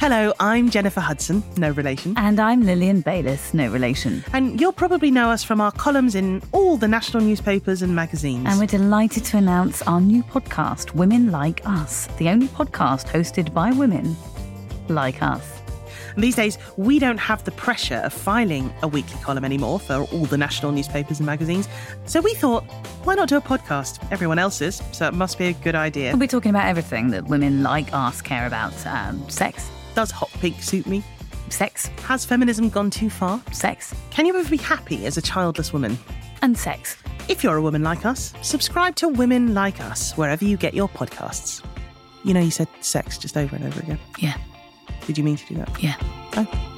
Hello, I'm Jennifer Hudson, no relation. And I'm Lillian Bayliss, no relation. And you'll probably know us from our columns in all the national newspapers and magazines. And we're delighted to announce our new podcast, Women Like Us, the only podcast hosted by women like us. These days, we don't have the pressure of filing a weekly column anymore for all the national newspapers and magazines. So we thought, why not do a podcast? Everyone else's, so it must be a good idea. We're talking about everything that women like us care about um, sex, Does hot pink suit me? sex, Has feminism gone too far? sex, Can you ever be happy as a childless woman? and sex. If you're a woman like us, subscribe to Women Like Us wherever you get your podcasts. You know, you said sex just over and over again. Yeah, Did you mean to do that? yeah. Oh.